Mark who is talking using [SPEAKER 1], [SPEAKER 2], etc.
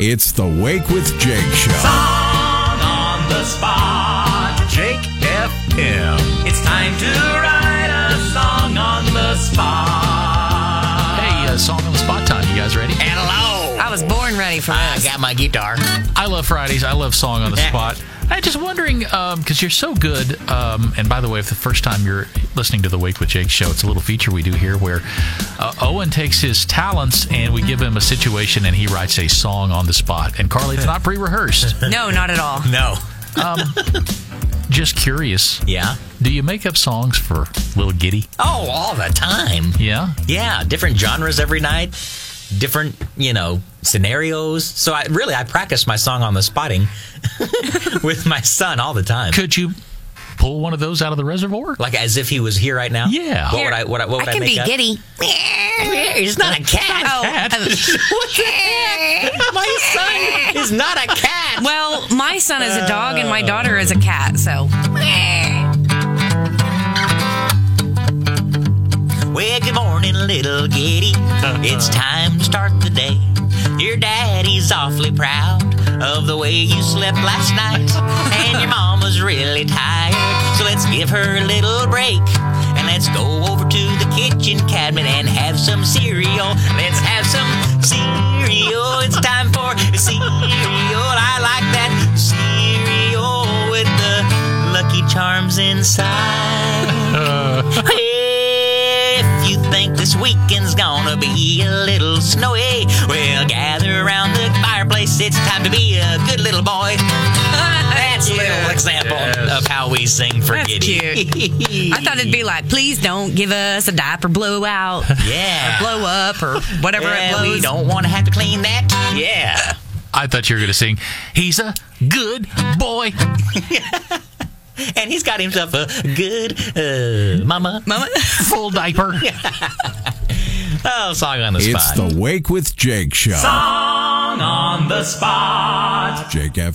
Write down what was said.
[SPEAKER 1] It's the Wake with Jake show.
[SPEAKER 2] Song on the spot.
[SPEAKER 3] Jake FM.
[SPEAKER 2] It's time to write a song on the spot.
[SPEAKER 3] Hey, uh, song on the spot time. You guys ready? Hello.
[SPEAKER 4] I was born ready for
[SPEAKER 3] I
[SPEAKER 5] Ah.
[SPEAKER 4] this.
[SPEAKER 3] got my guitar. I love Fridays. I love song on the spot. I'm just wondering because you're so good. Um, and by the way, if the first time you're listening to the Wake with Jake show, it's a little feature we do here where uh, Owen takes his talents and we give him a situation and he writes a song on the spot. And Carly, it's not pre-rehearsed.
[SPEAKER 4] No, not at all.
[SPEAKER 5] No.
[SPEAKER 3] just curious,
[SPEAKER 5] Yeah.
[SPEAKER 3] do you make up songs for Little Giddy?
[SPEAKER 5] Oh, all the time.
[SPEAKER 3] Yeah.
[SPEAKER 5] Yeah, different genres every night, different, you know, scenarios. So I really I practice my song on the spotting with my son all the time.
[SPEAKER 3] Could you pull one of those out of the reservoir?
[SPEAKER 5] Like as if he was here right now.
[SPEAKER 3] Yeah.
[SPEAKER 5] What would I what, I- what would I,
[SPEAKER 4] can
[SPEAKER 5] make
[SPEAKER 4] be
[SPEAKER 5] up?
[SPEAKER 4] giddy.
[SPEAKER 5] He's not a cat.
[SPEAKER 4] Oh,
[SPEAKER 5] What the heck? My son is not a cat.
[SPEAKER 4] well, my son is a dog and my daughter is a cat, so.
[SPEAKER 5] Well, good morning, little giddy. It's time to start the day. Your daddy's awfully proud of the way you slept last night. And your mama's really tired. So let's give her a little break. And let's go over to the kitchen cabinet and have some cereal. Let's have some cereal. It's time for cereal. I like that cereal with the Lucky Charms inside. If you think this weekend's gonna be a little snowy, well, gather around the fireplace. It's time to be a good little boy. That's a little example of how we sing for
[SPEAKER 4] That's
[SPEAKER 5] Giddy.
[SPEAKER 4] cute. I thought it'd be like, please don't give us a diaper blowout,
[SPEAKER 5] Yeah.
[SPEAKER 4] blow up, or whatever it
[SPEAKER 5] Yeah,
[SPEAKER 4] blows.
[SPEAKER 5] we don't want to have to clean that. Yeah.
[SPEAKER 3] I thought you were going to sing, He's a Good Boy.
[SPEAKER 5] And he's got himself a good uh, mama. Mama?
[SPEAKER 3] Full diaper.
[SPEAKER 5] Oh, song on the
[SPEAKER 1] It's
[SPEAKER 5] spot.
[SPEAKER 1] the Wake with Jake show.
[SPEAKER 2] Song on the spot.
[SPEAKER 1] Jake FM.